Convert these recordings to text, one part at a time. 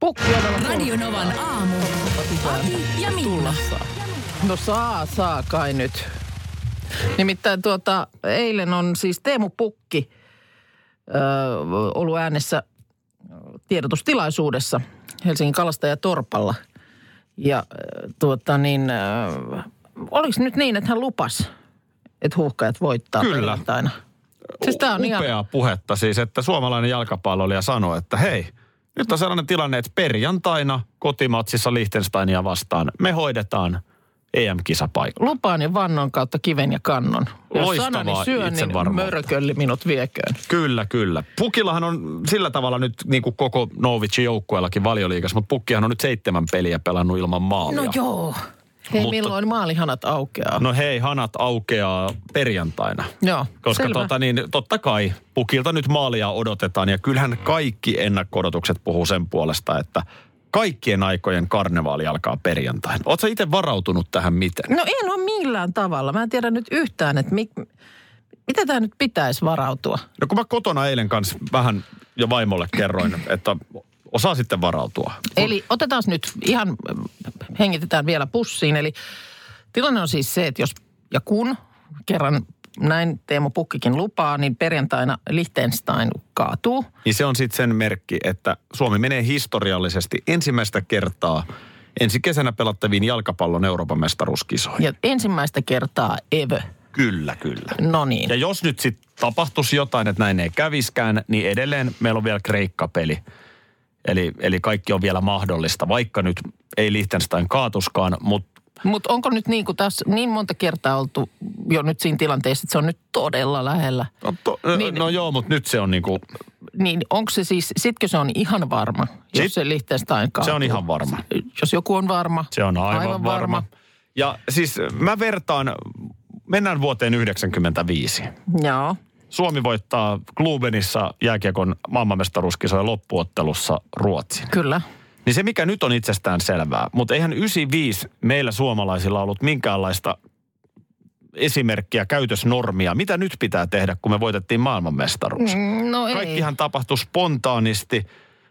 Pukki on ollut Radionovan aamu. Ati ja Minna. pullossa. No saa, saa kai nyt. Nimittäin tuota, eilen on siis Teemu Pukki ö, ollut äänessä tiedotustilaisuudessa Helsingin Kalastajatorpalla. Ja ö, tuota niin, oliko nyt niin, että hän lupas, että huuhkajat voittaa Kyllä. perjantaina? Siis tää on Upeaa ihan, puhetta siis, että suomalainen jalkapallolija sanoi, että hei, nyt on sellainen tilanne, että perjantaina kotimatsissa Liechtensteinia vastaan me hoidetaan E EM-kisapaikka. lupaan ja vannon kautta kiven ja kannon. Jos Loistavaa sanani syön, niin itsevarmuutta. mörkölli minut vieköön. Kyllä, kyllä. Pukillahan on sillä tavalla nyt niin kuin koko Novicin joukkueellakin valioliikassa, mutta Pukkihan on nyt seitsemän peliä pelannut ilman maalia. No joo. Hei, Mutta- milloin maalihanat aukeaa? No hei, hanat aukeaa perjantaina. Joo, Koska selvä. tota, niin, totta kai pukilta nyt maalia odotetaan ja kyllähän kaikki ennakko-odotukset puhuu sen puolesta, että kaikkien aikojen karnevaali alkaa perjantaina. Oletko itse varautunut tähän miten? No en ole millään tavalla. Mä en tiedä nyt yhtään, että mi, mitä tämä nyt pitäisi varautua. No kun mä kotona eilen kanssa vähän jo vaimolle kerroin, että osaa sitten varautua. Eli otetaan nyt ihan, mm, hengitetään vielä pussiin. Eli tilanne on siis se, että jos ja kun kerran näin Teemu Pukkikin lupaa, niin perjantaina Liechtenstein kaatuu. Niin se on sitten sen merkki, että Suomi menee historiallisesti ensimmäistä kertaa ensi kesänä pelattaviin jalkapallon Euroopan mestaruuskisoihin. Ja ensimmäistä kertaa ever. Kyllä, kyllä. No niin. Ja jos nyt sitten tapahtuisi jotain, että näin ei käviskään, niin edelleen meillä on vielä Kreikka-peli. Eli, eli kaikki on vielä mahdollista, vaikka nyt ei Liechtenstein kaatuskaan, mutta Mutta onko nyt niin, kun tässä niin monta kertaa oltu jo nyt siinä tilanteessa, että se on nyt todella lähellä. no, to, Niin. niin. no joo, mutta nyt se on niinku, Niin onko se siis, sitkö se on ihan varma, jos Sit- se Liechtenstein kaatuu? se on ihan varma. Jos joku on varma. Se on aivan, aivan varma. varma. Ja siis mä vertaan, mennään vuoteen 95. Joo. Suomi voittaa Klubenissa jääkiekon maailmanmestaruuskisojen loppuottelussa Ruotsin. Kyllä. Niin se, mikä nyt on itsestään selvää, mutta eihän 95 meillä suomalaisilla ollut minkäänlaista esimerkkiä, käytösnormia, mitä nyt pitää tehdä, kun me voitettiin maailmanmestaruus. Mm, No ei. Kaikkihan tapahtui spontaanisti,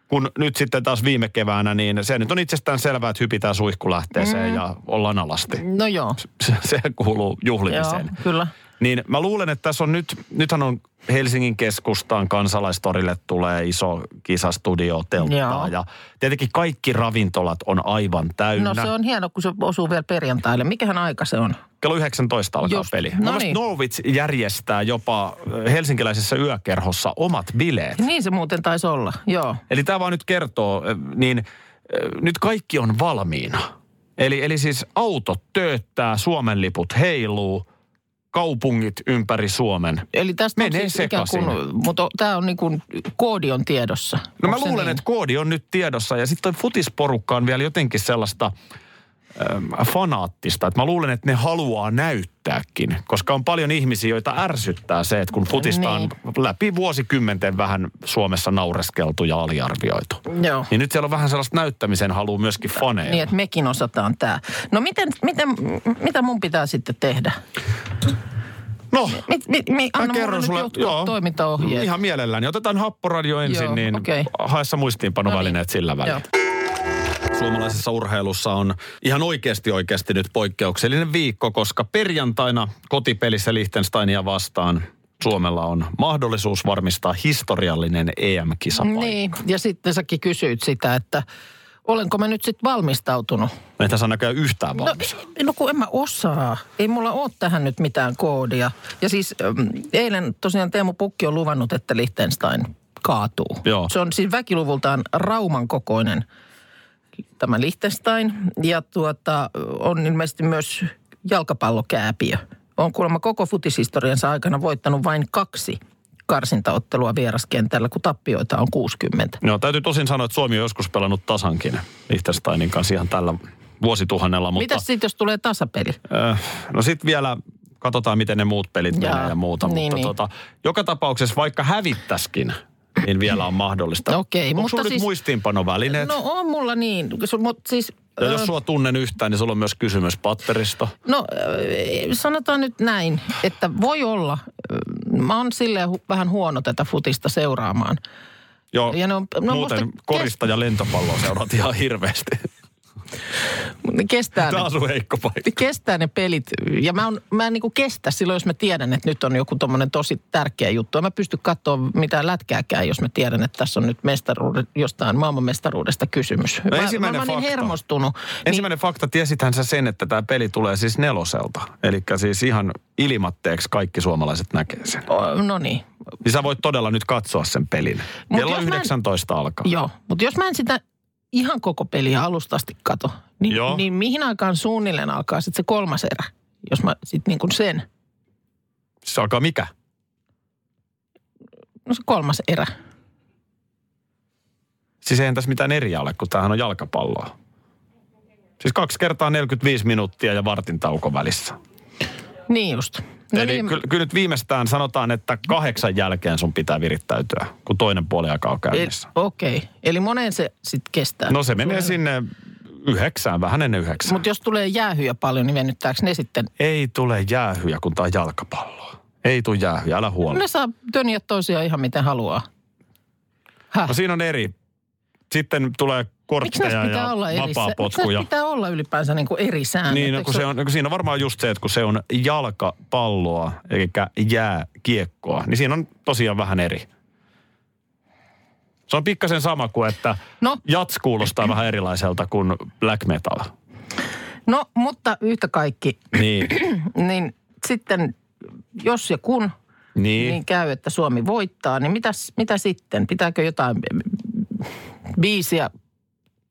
kun nyt sitten taas viime keväänä, niin se nyt on itsestään selvää, että hypitään suihkulähteeseen mm. ja ollaan alasti. No joo. Se, se kuuluu Joo, juhlimiseen. kyllä. Niin mä luulen, että tässä on nyt, nythän on Helsingin keskustaan kansalaistorille tulee iso kisastudio Joo. telttaa ja tietenkin kaikki ravintolat on aivan täynnä. No se on hieno, kun se osuu vielä perjantaille. Mikähän aika se on? Kello 19 alkaa Just, peli. no Mun mielestä niin. Norwich järjestää jopa ö, helsinkiläisessä yökerhossa omat bileet. Niin se muuten taisi olla, joo. Eli tämä vaan nyt kertoo, ö, niin ö, nyt kaikki on valmiina. Eli, eli siis autot tööttää, Suomen liput heiluu, kaupungit ympäri Suomen – Eli tästä Menee on siis ikään kuin, sekaisin. mutta tämä on niin kuin, koodi on tiedossa. No Onks mä se luulen, niin? että koodi on nyt tiedossa ja sitten toi futisporukka on vielä jotenkin sellaista äm, fanaattista. Että mä luulen, että ne haluaa näyttääkin, koska on paljon ihmisiä, joita ärsyttää se, että kun futista on Niin. läpi vuosikymmenten vähän Suomessa naureskeltu ja aliarvioitu. Joo. Niin nyt siellä on vähän sellaista näyttämisen halua myöskin faneilla. Niin, että mekin osataan tämä. No miten, miten, mitä mun pitää sitten tehdä? No, Mit, mit, mit, mä niin. anna mulle kerron sulle. nyt jotkut toimintaohjeet. Ihan mielelläni. Otetaan happoradio ensin, Joo, niin okei. haessa muistiinpanovälineet No niin. sillä välin. Joo. Suomalaisessa urheilussa on ihan oikeasti oikeasti nyt poikkeuksellinen viikko, koska perjantaina kotipelissä Liechtensteinia vastaan Suomella on mahdollisuus varmistaa historiallinen EM-kisapaikka. Niin. Niin, ja sitten säkin kysyit sitä, että olenko mä nyt sitten valmistautunut. Ei tässä ole No näköjään yhtään No, valmis. ei- no kun en mä osaa. Ei mulla ole tähän nyt mitään koodia. Ja siis äm, eilen tosiaan Teemu Pukki on luvannut, että Liechtenstein kaatuu. Joo. Se on siis väkiluvultaan Rauman kokoinen tämä Liechtenstein. Ja tuota, on ilmeisesti myös jalkapallokääpiö. On kuulemma koko futishistoriansa aikana voittanut vain kaksi karsintaottelua vieraskentällä, kun tappioita on 60. No, täytyy tosin sanoa, että Suomi on joskus pelannut tasankin Liechtensteinin kanssa ihan tällä vuosituhannella. Mutta, Mitäs sitten, jos tulee tasapeli? äh, no sitten vielä katsotaan, miten ne muut pelit Jaa. menee ja muuta. Niin, mutta niin. Tota, joka tapauksessa, vaikka hävittäskin, niin vielä on mahdollista. Okei, Onko mutta sulla nyt siis- muistiinpanovälineet? No on mulla niin, mutta siis... Ja ö, jos sua tunnen yhtään, niin sulla on myös kysymys patterista. No äh, sanotaan nyt näin, että voi olla, äh, mä oon silleen hu- vähän huono tätä futista seuraamaan. Joo, Ja ja ne no, on- no, muuten musta kes- korista ja lentopalloa seuraat ihan hirveästi. Mut ne Kestää Tämä ne, on sun heikko Niin- paikka. kestää ne pelit ja mä, on, mä en niinku kestä silloin, jos mä tiedän, että nyt on joku tommonen tosi tärkeä juttu. En mä pysty katsoa mitään lätkääkään, jos mä tiedän, että tässä on nyt mestaruudet, jostain maailmanmestaruudesta kysymys. mä, mä, No, ensimmäinen mä oon niin fakta. hermostunut. Ensimmäinen fakta, tiesithän sä sen, että tämä peli tulee siis neloselta. Eli siis ihan ilmatteeksi kaikki suomalaiset näkee sen. Niin, o, no niin, Niin sä voit todella nyt katsoa sen pelin. Mut Kello jos mä en- 19 alkaa. Joo, mutta jos mä en sitä ihan koko peliä alusta asti kato, niin, Joo. niin mihin aikaan suunnilleen alkaa sitten se kolmas erä, jos mä sitten niin kuin sen, Se alkaa mikä? no se kolmas erä. Siis eihän tässä mitään eri ole, kun tämähän on jalkapalloa. Siis kaksi kertaa 45 minuuttia ja vartin tauko välissä. Niin just. No Eli niin. kyllä, kyllä nyt viimeistään sanotaan, että kahdeksan jälkeen sun pitää virittäytyä, kun toinen puoli aika on e- käynnissä. Okei, okay. eli moneen se sitten kestää. no se menee sinne yhdeksään, vähän ennen yhdeksää. Mut... Mutta jos tulee jäähyjä paljon, niin venyttääkö ne sitten? Ei tule jäähyjä, kun tää on jalkapalloa. Ei tule jäähyjä, älä huoli. Ne saa tönniä toisiaan ihan miten haluaa. Häh? No siinä on eri. Sitten tulee Miksi näistä kortteja pitää ja olla eri sä- Miksi näistä vapaapotkuja. pitää olla ylipäänsä niin kuin eri säännöt? Niin, no, Eikö kun se on, kun siinä on varmaan just se, että kun se on jalkapalloa, eli jääkiekkoa, niin siinä on tosiaan vähän eri. Se on pikkasen sama kuin, että no. No. jats kuulostaa vähän erilaiselta kuin black metal. No, mutta yhtä kaikki, Niin, niin sitten jos ja kun niin. niin. niin käy, että Suomi voittaa, niin mitäs, mitä sitten? Pitääkö jotain biisiä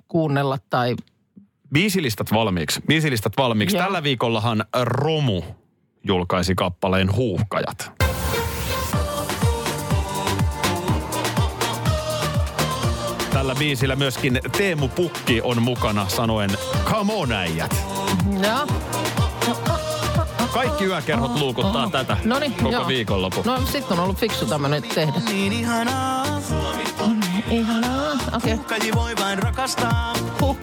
kuunnella tai Biisilistat valmiiksi. Biisilistat valmiiksi. Joo. Tällä viikollahan Romu julkaisi kappaleen Huuhkajat. Tällä biisillä myöskin Teemu Pukki on mukana sanoen Come on äijät. no, Kaikki yökerhot luukuttaa tätä Oh, no niin, koko joo. viikonloppu. No sitten on ollut fiksu tämmöinen tehdä. niin ihanaa. Ihanaa, okei. Okay. Kukkaji voi vain rakastaa.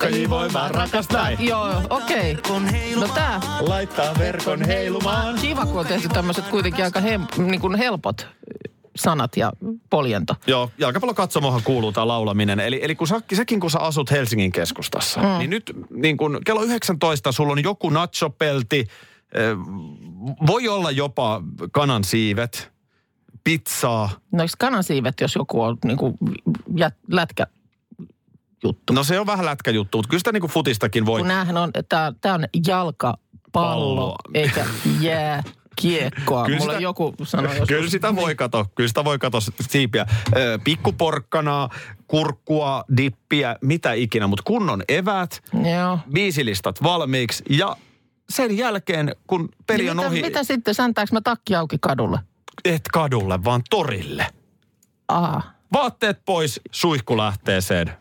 Ei niin voi vaan rakastaa. Joo, okei. Kun No heilu tää, Laittaa verkon heilumaan. kiva kun on tehty tämmöiset kuitenkin aika hem, niin kuin helpot sanat ja poljento. Joo, jalkapallokatsomohan kuuluu tämä laulaminen. Eli, eli kun sä, säkin kun sä asut Helsingin keskustassa, mm. niin nyt niin kun kello 19 sulla on joku nachopelti, eh, voi olla jopa kanan siivet, pizzaa. No eikö kanasiivet, jos joku on niin kuin jät, lätkä No se on vähän lätkäjuttu, mutta kyllä sitä niin kuin futistakin voi. kun näähän on, tää, tää on jalkapallo, Pallo. eikä jääkiekkoa. Kyllä Mulla sitä- joku sanoi Kyllä joskus. sitä voi kato, kyllä sitä voi kato siipiä. Ö, Pikkuporkkanaa, kurkkua, dippiä, mitä ikinä, mutta kunnon eväät, Joo. biisilistat valmiiksi ja sen jälkeen, kun peli Niin on mitä, ohi, mitä sitten, säntääks mä takki auki kadulle? et kadulle, vaan torille. Aha, Vaatteet pois suihkulähteeseen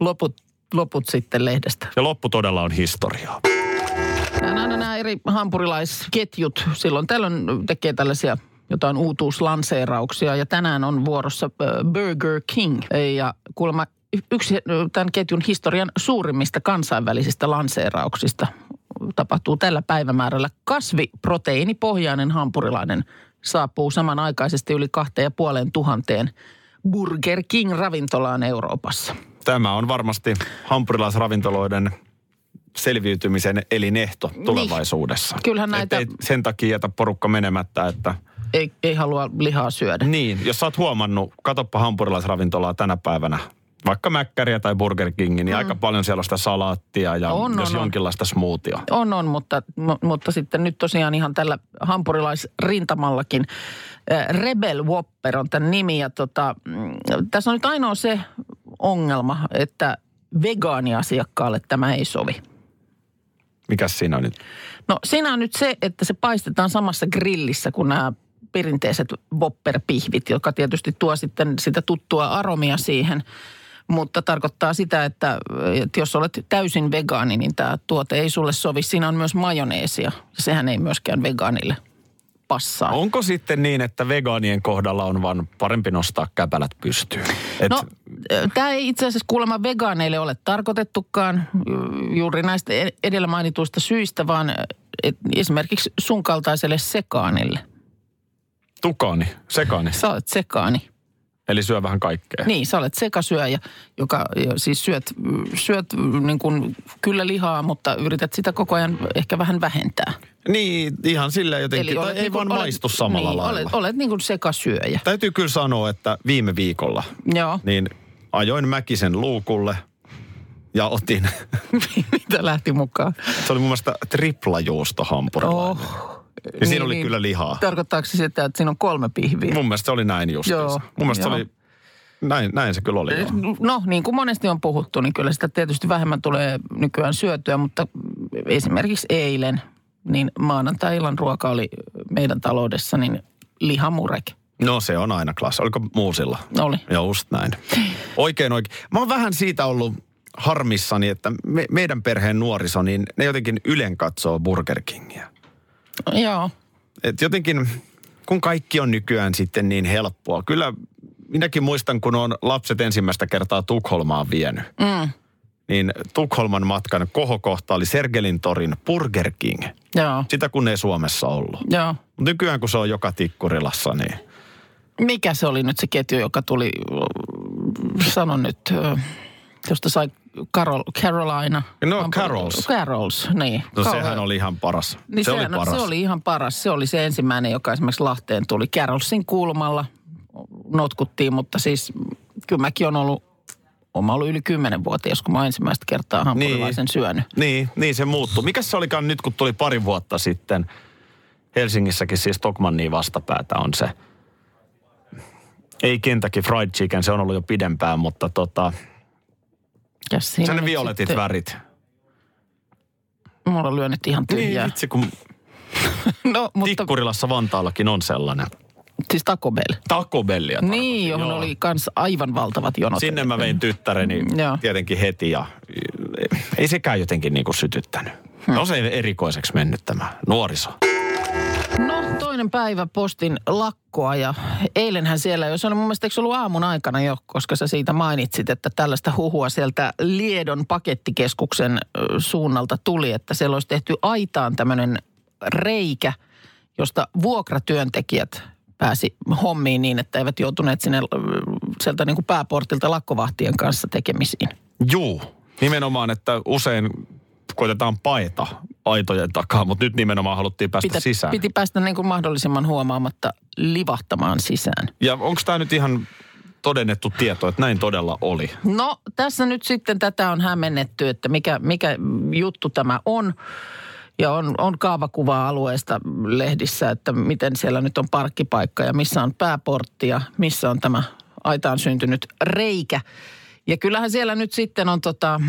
loput, loput sitten lehdestä. ja loppu todella on historiaa. Nämä, nämä, nämä eri hampurilaisketjut silloin tällöin tekee tällaisia jotain uutuuslanseerauksia ja tänään on vuorossa ö, Burger King ja kuulemma y- yksi ö, tämän ketjun historian suurimmista kansainvälisistä lanseerauksista tapahtuu tällä päivämäärällä. Kasviproteiinipohjainen hampurilainen saapuu samanaikaisesti yli kahteen ja puoleen tuhanteen Burger King-ravintolaan Euroopassa. Tämä on varmasti hampurilaisravintoloiden selviytymisen elinehto tulevaisuudessa. Niin. Kyllähän näitä- Et ei sen takia jätä porukka menemättä, että Ei, ei halua lihaa syödä. Niin, jos sä oot huomannut, katoppa hampurilaisravintolaa tänä päivänä, vaikka Mäkkäriä tai Burger Kingin, niin mm. aika paljon siellä on sitä salaattia ja On, on, on, jos on. on, jonkinlaista smoothia. On, on, mutta, mu- mutta sitten nyt tosiaan ihan tällä hampurilaisrintamallakin äh, Rebel Whopper on tämän nimi. Ja tota, mm, tässä on nyt ainoa se ongelma, että vegaaniasiakkaalle tämä ei sovi. Mikäs siinä on nyt? No siinä on nyt se, että se paistetaan samassa grillissä kuin nämä perinteiset Whopper-pihvit, joka tietysti tuo sitten sitä tuttua aromia siihen. Mutta tarkoittaa sitä, että, että jos olet täysin vegaani, niin tämä tuote ei sulle sovi. Siinä on myös majoneesia. Sehän ei myöskään vegaanille passaa. Onko sitten niin, että vegaanien kohdalla on vaan parempi nostaa käpälät pystyyn? Et, No, tämä ei itse asiassa kuulemma vegaaneille ole tarkoitettukaan ju- juuri näistä e- edellä mainituista syistä, vaan ö, et esimerkiksi sun kaltaiselle sekaanille. Tukaani, sekaani, Sä olet sekaani. eli syö vähän kaikkea. Niin, sä olet sekasyöjä, joka jo, siis syöt, mm, syöt mm, niin kuin, kyllä lihaa, mutta yrität sitä koko ajan ehkä vähän vähentää. Niin, ihan sillä jotenkin. Tai olet ei niin kuin- vaan maistu samalla niin, lailla. Olet, olet niin kuin sekasyöjä. Täytyy kyllä sanoa, että viime viikolla Joo, niin ajoin Mäkisen luukulle ja otin, Niin. mitä lähti mukaan. se oli mun mielestä triplajuustohampurilainen. Oh. niin. Ja siinä oli kyllä lihaa. Tarkoittaako se sitä, että siinä on kolme pihviä? Mun mielestä se oli näin just. Joo, Mun mielestä joo. se oli, näin, näin se kyllä oli. Joo. No niin kuin monesti on puhuttu, niin kyllä sitä tietysti vähemmän tulee nykyään syötyä, mutta esimerkiksi eilen, niin maanantai-illan ruoka oli meidän taloudessa, niin lihamurek No se on aina klassi. Oliko muusilla? oli. Joo, just näin. Oikein oikein. Mä oon vähän siitä ollut harmissani, että me, meidän perheen nuoriso, niin ne jotenkin ylen katsoo Burger Kingia. Joo, Et jotenkin, kun kaikki on nykyään sitten niin helppoa. Kyllä minäkin muistan, kun on lapset ensimmäistä kertaa Tukholmaan vienyt. Mm. Niin Tukholman matkan kohokohta oli Sergelin torin Burger King. joo, Sitä kun ei Suomessa ollut. joo. Mut nykyään kun se on joka tikkurilassa, niin Mikä se oli nyt se ketju, joka tuli, sano nyt, ö, josta sai Carol, Carolina. No, Vaan- Carols. Carols, niin. no, Kauhe- sehän oli ihan paras. Niin se oli sehän on- paras. se oli ihan paras. Se oli se ensimmäinen, joka esimerkiksi Lahteen tuli. Kärolsin kulmalla notkuttiin, mutta siis kyllä mäkin on ollut, olen ollut yli 10-vuotias, kun mä oon ensimmäistä kertaa hampurilaisen niin. syönyt. Niin, niin se muuttui. Mikäs se olikaan nyt, kun tuli pari vuotta sitten Helsingissäkin siis Tokmanniin vastapäätä on se. Ei Kentucky Fried Chicken, se on ollut jo pidempään, mutta tota, Ja siinä sen Niin, no nyt violetit sitten- värit. Mulla lyö nyt ihan tyhjää. Niin, vitsi, kun Niin. no, mutta Tikkurilassa Vantaallakin on sellainen. siis Taco Bell. Taco Bellia tarkoitin, Niin, johon joo. oli kans aivan valtavat jonot. Sinne mä vein tyttäreni Joo. tietenkin heti ja ei sekään jotenkin niinku sytyttänyt. Hmm. No se erikoiseksi mennyt tämä nuoriso. No toinen päivä postin lakkoa ja eilenhän siellä, jos on mun mielestä eikö se ollut aamun aikana jo, koska sä siitä mainitsit, että tällaista huhua sieltä Liedon pakettikeskuksen ö, suunnalta tuli, että siellä olisi tehty aitaan tämmöinen reikä, josta vuokratyöntekijät pääsi hommiin niin, että eivät joutuneet sinne ö, sieltä niin kuin pääportilta lakkovahtien kanssa tekemisiin. Juu, nimenomaan, että usein koitetaan paeta aitojen takaa, mutta nyt nimenomaan haluttiin päästä Pitä, sisään. piti päästä niin kuin mahdollisimman huomaamatta livahtamaan sisään. Ja onko tämä nyt ihan todennettu tieto, että näin todella oli? No tässä nyt sitten tätä on hämmennetty, että mikä, mikä juttu tämä on. Ja on, on kaavakuvaa alueesta lehdissä, että miten siellä nyt on parkkipaikka ja missä on pääportti ja missä on tämä aitaan syntynyt reikä. Ja kyllähän siellä nyt sitten on tota,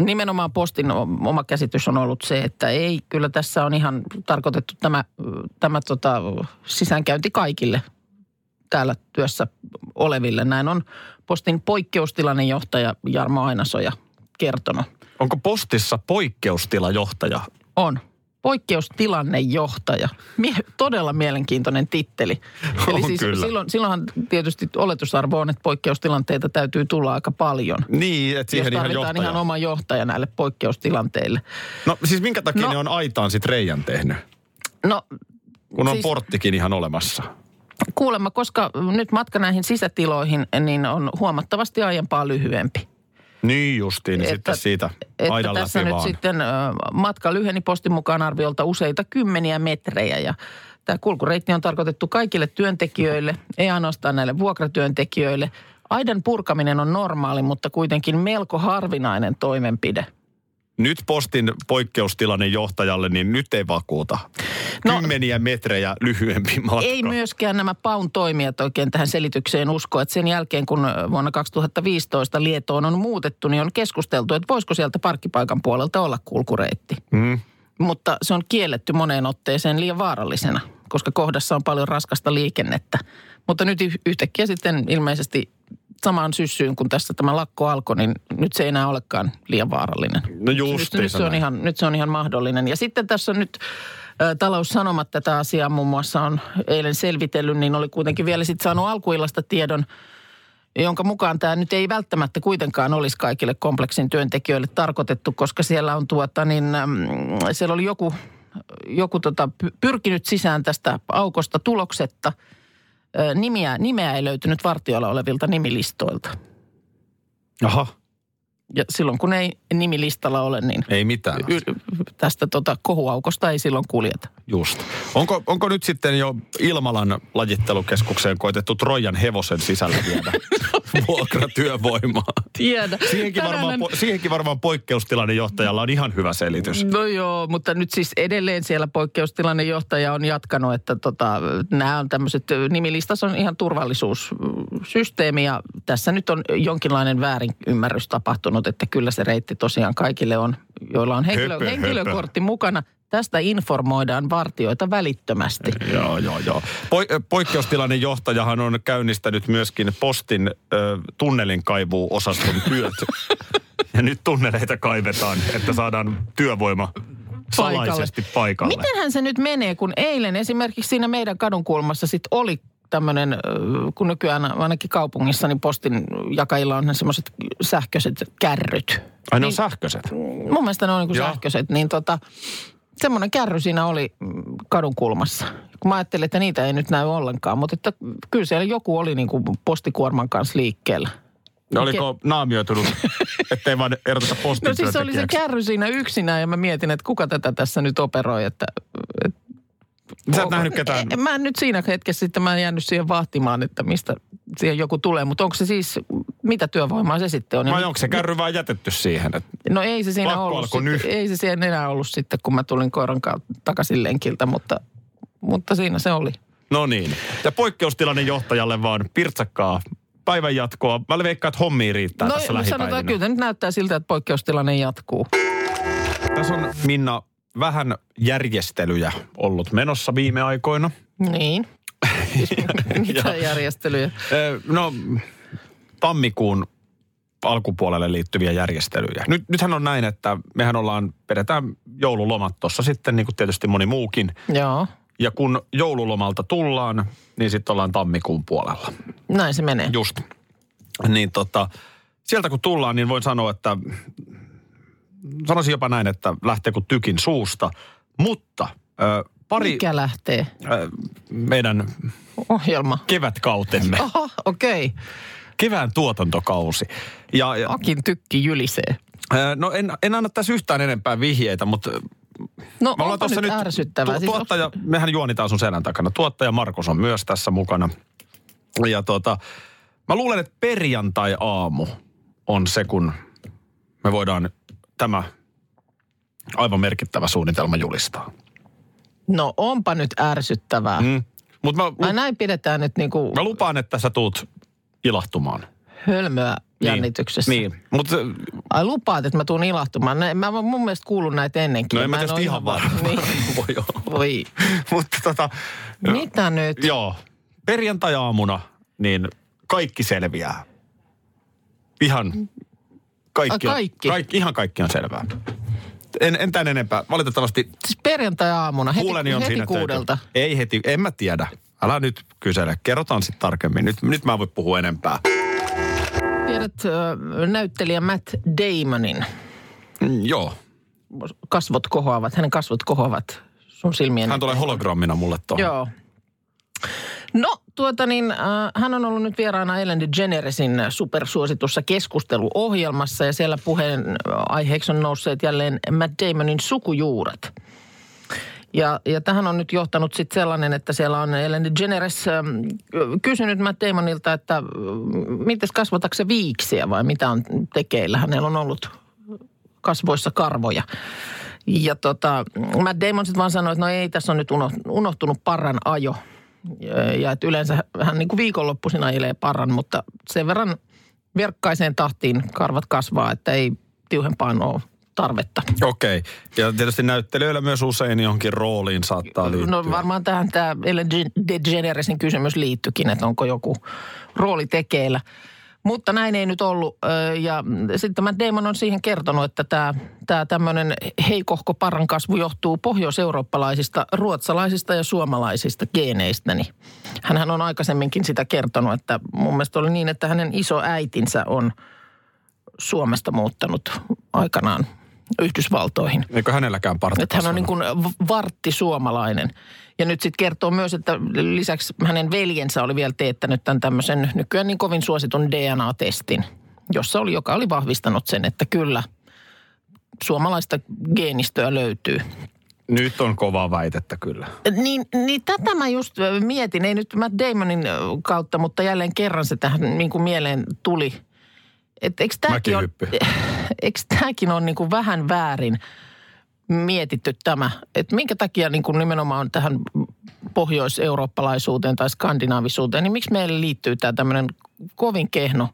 nimenomaan postin o- oma käsitys on ollut se, että ei, kyllä tässä on ihan tarkoitettu tämä, tämä tota, sisäänkäynti kaikille täällä työssä oleville. Näin on postin poikkeustilannejohtaja Jarmo Ainasoja kertonut. Onko postissa poikkeustilajohtaja? On. Poikkeustilannejohtaja. Mie- todella mielenkiintoinen titteli. siis On kyllä. silloin, silloinhan tietysti oletusarvo on, että poikkeustilanteita täytyy tulla aika paljon. Niin, että siihen jos ihan tarvitaan johtaja. ihan oma johtaja näille poikkeustilanteille. No siis minkä takia No. ne on aitaan sit reijän tehnyt? No Kun on Siis- porttikin ihan olemassa. kuulemma, koska nyt matka näihin sisätiloihin niin on huomattavasti aiempaa lyhyempi. Niin justiin, niin Että- sitten siitä että aidan tässä läpi nyt vaan. sitten ö, matka lyheni postin mukaan arviolta useita kymmeniä metrejä ja tämä kulkureitti on tarkoitettu kaikille työntekijöille, ei ainoastaan näille vuokratyöntekijöille. Aidan purkaminen on normaali, mutta kuitenkin melko harvinainen toimenpide. Nyt postin poikkeustilanne johtajalle, niin nyt ei vakuuta. No- Kymmeniä metrejä lyhyempi matka. Ei myöskään nämä paun toimijat oikein tähän selitykseen usko, että sen jälkeen kun ö, vuonna 2015 Lietoon on muutettu, niin on keskusteltu, että voisiko sieltä parkkipaikan puolelta olla kulkureitti. Mm. Mutta se on kielletty moneen otteeseen liian vaarallisena koska kohdassa on paljon raskasta liikennettä. Mutta nyt yh- yhtäkkiä sitten ilmeisesti samaan syssyyn, kun tässä tämä lakko alkoi, niin nyt se ei enää olekaan liian vaarallinen. No Nyt, nyt, justiinsa se on näin. ihan, nyt se on ihan mahdollinen. Ja sitten tässä on nyt ö, taloussanomat tätä asiaa muun muassa on eilen selvitellyt, niin oli kuitenkin vielä sitten saanut alkuillasta tiedon, jonka mukaan tämä nyt ei välttämättä kuitenkaan olisi kaikille kompleksin työntekijöille tarkoitettu, koska siellä on tuota niin, äm, siellä oli joku, joku tota, py- pyrkinyt sisään tästä aukosta tuloksetta. Ö, Nimiä, nimeä ei löytynyt vartioilla olevilta nimilistoilta. Aha, Ja silloin kun ei nimilistalla ole, niin ei mitään. y- tästä tota kohuaukosta ei silloin kuljeta. Just. Onko, onko nyt sitten jo Ilmalan lajittelukeskukseen koitettu Trojan hevosen sisällä viedä vuokratyövoimaa? Tiedä. Siihenkin varmaan, po, siihenkin varmaan poikkeustilanne johtajalla on ihan hyvä selitys. No joo, mutta nyt siis edelleen siellä poikkeustilannejohtaja on jatkanut, että tota, nämä on tämmöiset, nimilistassa on ihan turvallisuussysteemi ja tässä nyt on jonkinlainen väärinymmärrys tapahtunut, että kyllä se reitti tosiaan kaikille on, joilla on henkilö, Höpö, höpö. henkilökortti mukana. Tästä informoidaan vartioita välittömästi. Joo, joo, joo. Poi- poikkeustilanne johtajahan on käynnistänyt myöskin postin ö, tunnelin kaivuosaston työt. ja nyt tunneleita kaivetaan, että saadaan työvoima salaisesti paikalle. Mitenhän se nyt menee, kun eilen esimerkiksi siinä meidän kadunkulmassa sit oli tämmöinen, kun nykyään ainakin kaupungissa, niin postin jakajilla on semmoiset sähköiset kärryt. Aina on sähköiset. Mun mielestä ne on niin Joo. sähköiset, niin tota, semmoinen kärry siinä oli mm, kadunkulmassa. Kun mä ajattelin, että niitä ei nyt näy ollenkaan, mutta että kyllä siellä joku oli niin kuin postikuorman kanssa liikkeellä. No, oliko naamioitunut, ettei vaan eroteta postin No siis se oli se työntekijäksi? kärry siinä yksinään ja mä mietin, että kuka tätä tässä nyt operoi, että Sä et nähnyt ketään. En, mä en nyt siinä hetkessä sitten, mä en jäänyt siihen vahtimaan, että mistä siihen joku tulee. Mutta onko se siis, mitä työvoimaa se sitten on? Ja Vai mit- onko se kärry vaan jätetty siihen? Et, No ei se siinä Lakko ollut. alkoi Sitten, nyt. ei se siinä enää ollut sitten, kun mä tulin koiran kautta takaisin lenkiltä, mutta, mutta siinä se oli. no niin. Ja poikkeustilanne johtajalle vaan pirtsakkaa päivän jatkoa. Mä veikkaan, että hommia riittää no tässä lähipäivinä. sanotaan, kyllä nyt näyttää siltä, että poikkeustilanne jatkuu. Tässä on, Minna, vähän järjestelyjä ollut menossa viime aikoina. Niin. Mitä Ja- järjestelyjä? Ö, No, tammikuun alkupuolelle liittyviä järjestelyjä. Nyt, nythän on näin, että mehän ollaan, vedetään joululomat tuossa sitten, niin kuin tietysti moni muukin. Joo, Ja kun joululomalta tullaan, niin sitten ollaan tammikuun puolella. näin se menee. Just. Niin tota, sieltä kun tullaan, niin voin sanoa, että sanoisin jopa näin, että lähtee kuin tykin suusta. Mutta ö, pari Mikä lähtee? ö, meidän Ohjelma. kevätkautemme, Aha, okei. kevään tuotantokausi. Ja, ja Akin tykki jylisee. ö, no en, en anna tässä yhtään enempää vihjeitä, mutta No me ollaan onpa tuossa nyt nyt, ärsyttävää. Tu- Siis tuottaja, mehän juonitaan sun selän takana. Tuottaja Markus on myös tässä mukana. Ja tota, mä luulen, että perjantai-aamu on se, kun me voidaan tämä aivan merkittävä suunnitelma julistaa. No onpa nyt ärsyttävää. Mm. Mm. No. Mutta mä, Ai lu- näin pidetään nyt niinku mä lupaan, että sä tuut ilahtumaan. hölmöä jännityksessä. Niin, mutta Ai lupaat, että mä tuun ilahtumaan. Nä- Mä oon mun mielestä kuullut näitä ennenkin. no en mä en oo tietysti ihan varma. var- Niin. Voi olla. Voi, Mutta tota, mitä nyt? Joo. Perjantai-aamuna, niin kaikki selviää. Ihan kaikki. Ai, kaikki? Kaikki, ihan kaikki on selvää. En, en tämän enempää. Valitettavasti Siis perjantai-aamuna, heti, kuuleni on heti siinä kuudelta. töitä. Ei heti, en mä tiedä. Älä nyt kysele, kerrotaan sitten tarkemmin. Nyt, nyt mä en voi puhua enempää. Tiedät ö, näyttelijä Matt Damonin Mm, joo, kasvot kohoavat, hänen kasvot kohoavat sun silmien hän eteen. tulee hologrammina mulle tuohon. Joo. No, tuota niin, äh, hän on ollut nyt vieraana Ellen DeGeneresin supersuositussa keskusteluohjelmassa ja siellä puheen aiheeksi on nousseet jälleen Matt Damonin sukujuuret. Ja, ja tähän on nyt johtanut sitten sellainen, että siellä on Ellen DeGeneres ähm, kysynyt Matt Damonilta, että äh, mites kasvatatko se viiksiä vai mitä on tekeillä? Hänellä on ollut kasvoissa karvoja. Ja tota, Matt Damon sitten vaan sanoi, että no ei, tässä on nyt unoh- unohtunut parran ajo. Ja- Ja että yleensä hän niin kuin viikonloppuisin ajelee parran, mutta sen verran verkkaiseen tahtiin karvat kasvaa, että ei tiuhempaan ole tarvetta. Okei. Okay. Ja tietysti näyttelijöillä myös usein johonkin rooliin saattaa liittyä. No varmaan tähän tämä Ellen Ge- DeGeneresin kysymys liittyykin, että onko joku rooli tekeillä. Mutta näin ei nyt ollut. Ö, Ja sitten tämä Damon on siihen kertonut, että tämä, tämä tämmöinen heikohko parran kasvu johtuu pohjoiseurooppalaisista, ruotsalaisista ja suomalaisista geeneistä. Niin hänhän on aikaisemminkin sitä kertonut, että mun mielestä oli niin, että hänen iso äitinsä on Suomesta muuttanut aikanaan Yhdysvaltoihin. Eikö hänelläkään parta Että hän on niin kuin v- vartti suomalainen. Ja nyt sitten kertoo myös, että lisäksi hänen veljensä oli vielä teettänyt tämän tämmöisen nykyään niin kovin suositun DNA-testin, jossa oli, joka oli vahvistanut sen, että kyllä suomalaista geenistöä löytyy. Nyt on kovaa väitettä kyllä. Niin, niin tätä mä just ö, mietin, ei nyt Matt Damonin ö, kautta, mutta jälleen kerran se tähän niin kuin mieleen tuli. Et eikö tämäkin on, Mäkihyppy. eikö tämäkin on niin kuin vähän väärin mietitty tämä? Että minkä takia niin kuin nimenomaan tähän pohjois-eurooppalaisuuteen tai skandinaavisuuteen, niin miksi meille liittyy tämä tämmöinen kovin kehno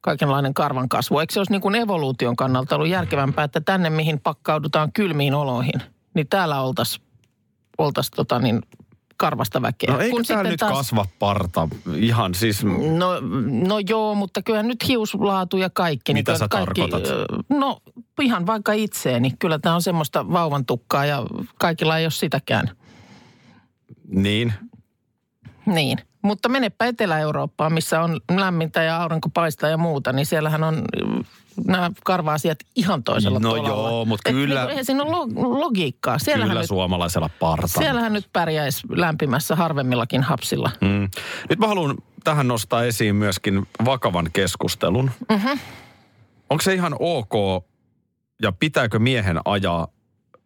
kaikenlainen karvan kasvu? Eikö se olisi niin kuin evoluution kannalta ollut järkevämpää, että tänne mihin pakkaudutaan kylmiin oloihin, niin täällä oltaisiin oltaisiin tota niin, karvasta väkeä. No eikö tämä sitten nyt kasva parta? Ihan siis... No, no joo, mutta kyllähän nyt hiuslaatu ja kaikki. niin Mitä kyllä sä kaikki, tarkoitat? ö, No ihan vaikka itseeni. Kyllä tämä on semmoista vauvan tukkaa ja kaikilla ei ole sitäkään. Niin. Niin. Mutta menepä Etelä-Eurooppaan, missä on lämmintä ja aurinko paistaa ja muuta, niin siellähän on mm, nämä karva-asiat ihan toisella No tolalla. joo, mutta Et kyllä- niinku Eihän siinä ole lo- logiikkaa. Siellähän Kyllä nyt, suomalaisella parta. siellähän nyt pärjäisi lämpimässä harvemmillakin hapsilla. Mm. Nyt mä haluan tähän nostaa esiin myöskin vakavan keskustelun. Mm-hmm. Onko se ihan ok ja pitääkö miehen ajaa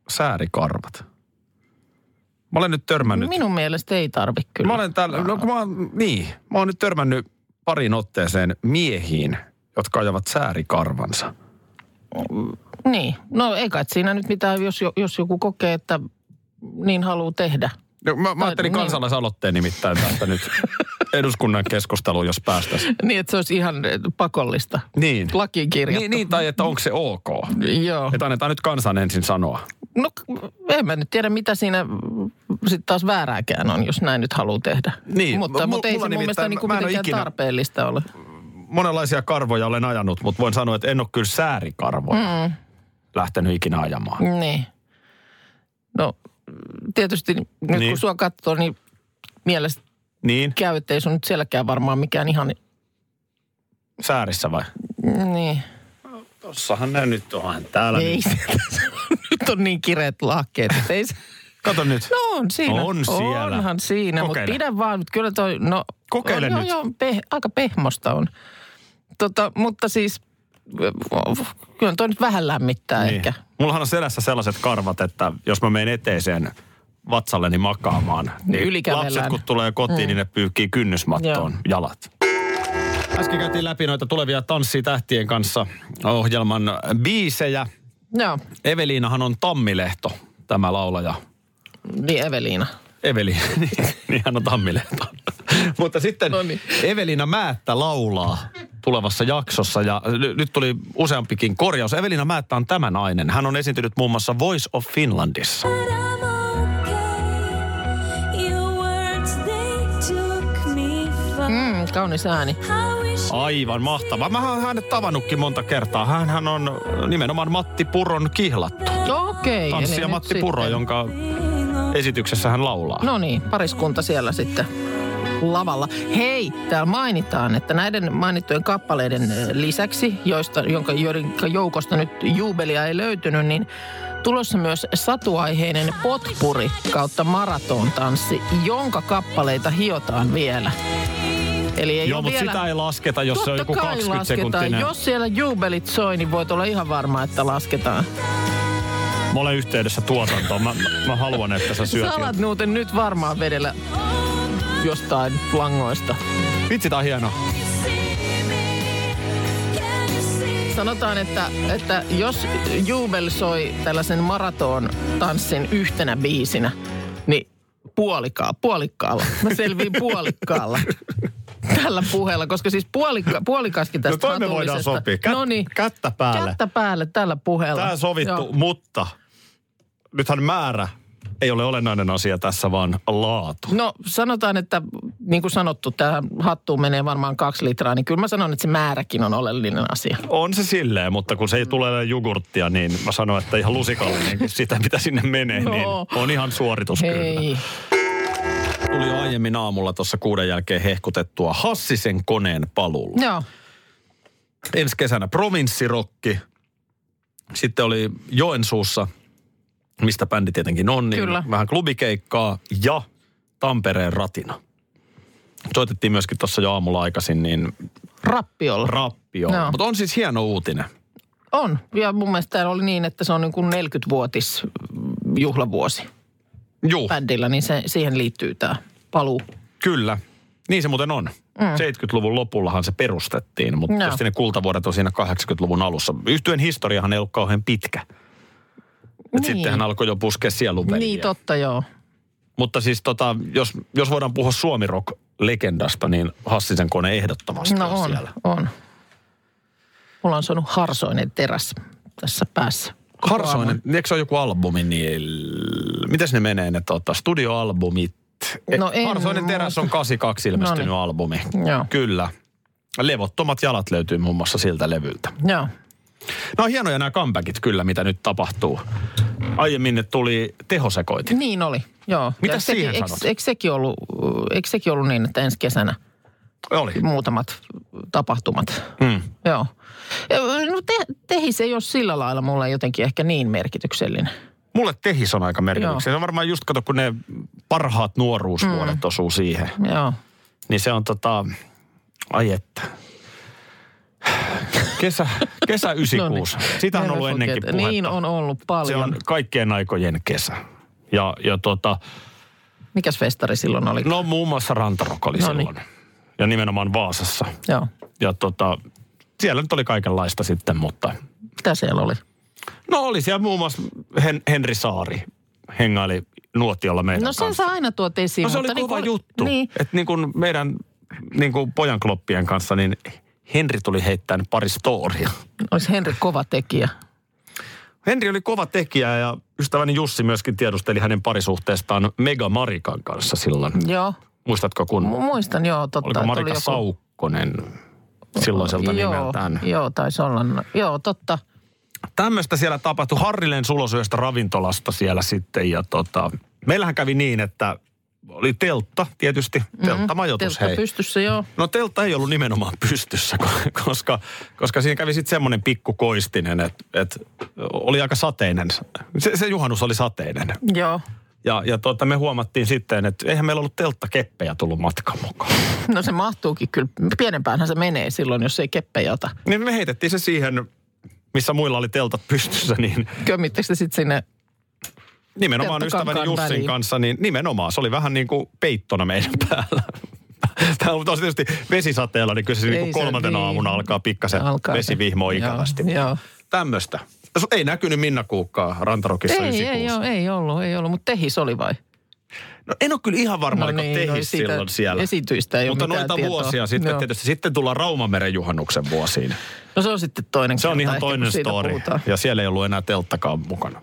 säärikarvat? Mä olen No nyt törmännyt. Minun mielestä ei tarvitse kyllä. Mä olen täällä, no kun mä, oon- niin, mä oon nyt törmännyt pariin otteeseen miehiin, jotka ajavat säärikarvansa. Niin, no ei kai siinä nyt mitään, jos, jo- jos joku kokee, että niin haluaa tehdä. No, mä, mä ajattelin niin. kansalaisaloitteen nimittäin tästä nyt eduskunnan keskusteluun, jos päästäisiin. Niin, että se olisi ihan eh, pakollista. Niin. Lakiin kirjattu. Niin, niin, tai että onko se ok? niin. Joo. Että annetaan nyt kansan ensin sanoa. No k- en mä nyt tiedä, mitä siinä sitten taas väärääkään on, jos näin nyt haluaa tehdä. Niin, mutta, mu- mutta ei mulla se mun mielestä nimittäin- niinku mä en oo mitenkään ikinä- tarpeellista ole. Monenlaisia karvoja olen ajanut, mutta voin sanoa, että en ole kyllä säärikarvoja mm. lähtenyt ikinä ajamaan. Niin. No tietysti nyt Niin. kun sua katsoo, niin mielestä Niin, käy, että ei sun nyt sielläkään varmaan mikään ihan... säärissä vai? Niin. Tossahan ne nyt onhan täällä. Ei, se- nyt on niin kireet lahkeet, että ei se... Kato nyt. No on siinä. On siellä. Onhan siinä, mutta Kokeile. pidä vaan, mutta kyllä toi, no... Kokeile on, nyt. Joo, joo, peh, aika pehmosta on. Tota, mutta siis, kyllä toi nyt vähän lämmittää niin. ehkä. Mullahan on selässä sellaiset karvat, että jos mä menen eteiseen vatsalleni makaamaan, niin Ylikävellään. lapset kun tulee kotiin, mm. niin ne pyyhkii kynnysmattoon Joo. jalat. Äsken käytiin läpi noita tulevia Tanssi tähtien kanssa ohjelman biisejä. Joo, Eveliinahan on Tammilehto, tämä laulaja. niin Eveliina. Eveli, niin hän on Tammilehto. Mutta sitten No niin. Eveliina Määttä laulaa tulevassa jaksossa ja ny- nyt tuli useampikin korjaus. Eveliina Määttä on tämä nainen. Hän on esiintynyt muun muassa Voice of Finlandissa. But I'm okay. Your words, they took me far. Mm, kaunis ääni. I wish Aivan mahtava. Mä oon hänet tavannutkin monta kertaa. Hänhän on äh, nimenomaan Matti Puron kihlattu. Okei. Niin, eli Tanssija nyt Matti Puro, sitten- jonka being on esityksessä hän laulaa. No niin, pariskunta siellä sitten lavalla. Hei, täällä mainitaan, että näiden mainittujen kappaleiden eh, lisäksi, joista, jonka, joiden joukosta nyt juubelia ei löytynyt, niin tulossa myös satuaiheinen potpuri kautta maratontanssi, jonka kappaleita hiotaan vielä. Eli ei Joo, ole mutta vielä... sitä ei lasketa, jos se on Totta joku kai 20 lasketaan. sekuntinen. Jos siellä juubelit soi, niin voit olla ihan varma, että lasketaan. Mä olen yhteydessä tuotantoon. Mä, mä haluan, että sä syöt. Sä alat muuten nyt varmaan vedellä jostain langoista. Vitsi, tää on hienoa. Sanotaan, että, että jos Jubel soi tällaisen maraton tanssin yhtenä biisinä, niin puolikaa, puolikkaalla. Mä selviin puolikkaalla. tällä puheella, koska siis puolika, puolikaskin No tästä toi me voidaan hatullisesta- sopia. Kät, no niin, Kättä päälle. kättä päälle tällä puheella. Tämä sovittu, Joo. mutta nythän määrä ei ole olennainen asia tässä, vaan laatu. No sanotaan, että niin kuin sanottu, tähän hattuun menee varmaan kaksi litraa, niin kyllä mä sanon, että se määräkin on oleellinen asia. On se silleen, mutta kun se ei tule jogurttia, niin mä sanoin, että ihan lusikallinenkin sitä, mitä sinne menee, Joo. niin on ihan suoritus kyllä. Hei, Tuli jo aiemmin aamulla tuossa kuuden jälkeen hehkutettua Hassisen koneen paluulla. joo, ensi kesänä provinssirokki. Sitten oli Joensuussa, mistä bändi tietenkin on, niin Kyllä. vähän klubikeikkaa ja Tampereen ratina. Soitettiin myöskin tuossa jo aamulla aikaisin, niin rappiolla. rappio. Joo. Mutta on siis hieno uutinen. on, ja mun mielestä täällä oli niin, että se on niin kuin 40-vuotis juhlavuosi Juu, bändillä, niin se, siihen liittyy tämä paluu. kyllä. Niin se muuten on. Mm. 70-luvun lopullahan se perustettiin, mutta Joo. no. tietysti ne kultavuodet on siinä 80-luvun alussa. Yhtyen historiahan ei ollut kauhean pitkä. Niin. Niin. Sittenhän alkoi jo puskea sielunveljiä. Niin, totta joo. Mutta siis tota, jos, jos voidaan puhua suomirock-legendasta, niin Hassisen kone ehdottomasti No on, on, siellä. on. Mulla on soinut harsoinen teräs tässä päässä. Koko Harsoinen, eikö se ole joku albumi, niin mitäs ne menee ne tota, studioalbumit? E- No en Harsoinen muista. teräs on 82 ilmestynyt Noniin. albumi. Joo. Kyllä. Levottomat jalat löytyy muun muassa siltä levyltä. aamun. Joo, No hienoja nämä comebackit kyllä, mitä nyt tapahtuu. Aiemmin ne tuli tehosekoitin. niin oli, joo. Mitä Ja siihen eikö, sanot? eikö, sekin ollut, eikö sekin ollut niin, että ensi kesänä No. Oli. muutamat tapahtumat? Mm. Joo. Ö, No te, tehi se ei ole sillä lailla mulle jotenkin ehkä niin merkityksellinen. Mulle tehis on aika merkityksellinen. Se on varmaan just kato, kun ne parhaat nuoruusvuodet mm. osuu siihen. Joo. Niin se on tota, ai että. Kesä, kesä 96. No niin. Sitä on ollut Tervefunkioita. ennenkin puhetta. Niin on ollut paljon. Se on kaikkien aikojen kesä. Ja, ja tota, Mikäs festari silloin oli? no muun muassa Rantarokka oli No niin. silloin. Ja nimenomaan Vaasassa. Joo. Ja tota, siellä nyt oli kaikenlaista sitten, mutta... Mitä siellä oli? No oli siellä muun muassa Hen- Henri Saari hengaili nuotiolla meidän No sen kanssa. sä aina tuot esiin. No se oli mutta kova niin niin kuin- juttu. Niin. Että niin kuin meidän niin kuin pojan kloppien kanssa, niin Henri tuli heittämään pari storia. Olisi Henri kova tekijä. Henri oli kova tekijä ja ystäväni Jussi myöskin tiedusteli hänen parisuhteestaan Mega Marikan kanssa silloin. Joo. Muistatko kun, Mu- Muistan, joo, totta. oliko että Marika oli joku- Saukkonen silloiselta joo, nimeltään? Joo, taisi olla. No, Joo, totta. Tämmöistä siellä tapahtui Harrilleen sulosyöstä ravintolasta siellä sitten ja tota, meillähän kävi niin, että oli teltta tietysti, telttamajoitus Mm-hmm. Mm. Teltta hei. pystyssä, joo. No teltta ei ollut nimenomaan pystyssä, ko- koska, koska siinä kävi sitten semmoinen pikkukoistinen, että et oli aika sateinen. Se, se juhannus oli sateinen. Joo. Ja, ja tuota, me huomattiin sitten, että eihän meillä ollut telttakeppejä tullut matkan mukaan. No se mahtuukin kyllä. Pienempäänhän se menee silloin, jos ei keppejä ota. Niin me heitettiin se siihen, missä muilla oli teltat pystyssä, niin Kömmittekö te sitten sinne? nimenomaan Telttakankaan ystäväni Jussin väliin. kanssa, niin nimenomaan. Se oli vähän niin kuin peittona meidän päällä. Tämä on tosi tietysti vesisateella, niin kyllä se niin Ei kuin se kolmantena niin. aamuna alkaa pikkasen Alkaa se. vesivihmoa ikävästi. Joo, joo. tämmöistä. Ei näkynyt Minna Kuukkaa Rantarokissa Ei, ei, 96. joo, ei ollut, ei ollut, mutta tehis oli vai? No, en ole kyllä ihan varma, no niin, no tehis silloin siellä. Esityistä ei Mutta ole mitään noita tietoa. vuosia sitten Joo. tietysti. Sitten tullaan Raumameren juhannuksen vuosiin. No se on sitten toinen Se on kerta ihan ehkä, kun toinen siitä story. puhutaan. Ja siellä ei ollut enää telttakaan mukana.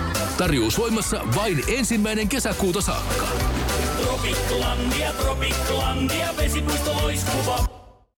Tarjous voimassa vain ensimmäinen kesäkuuta saakka.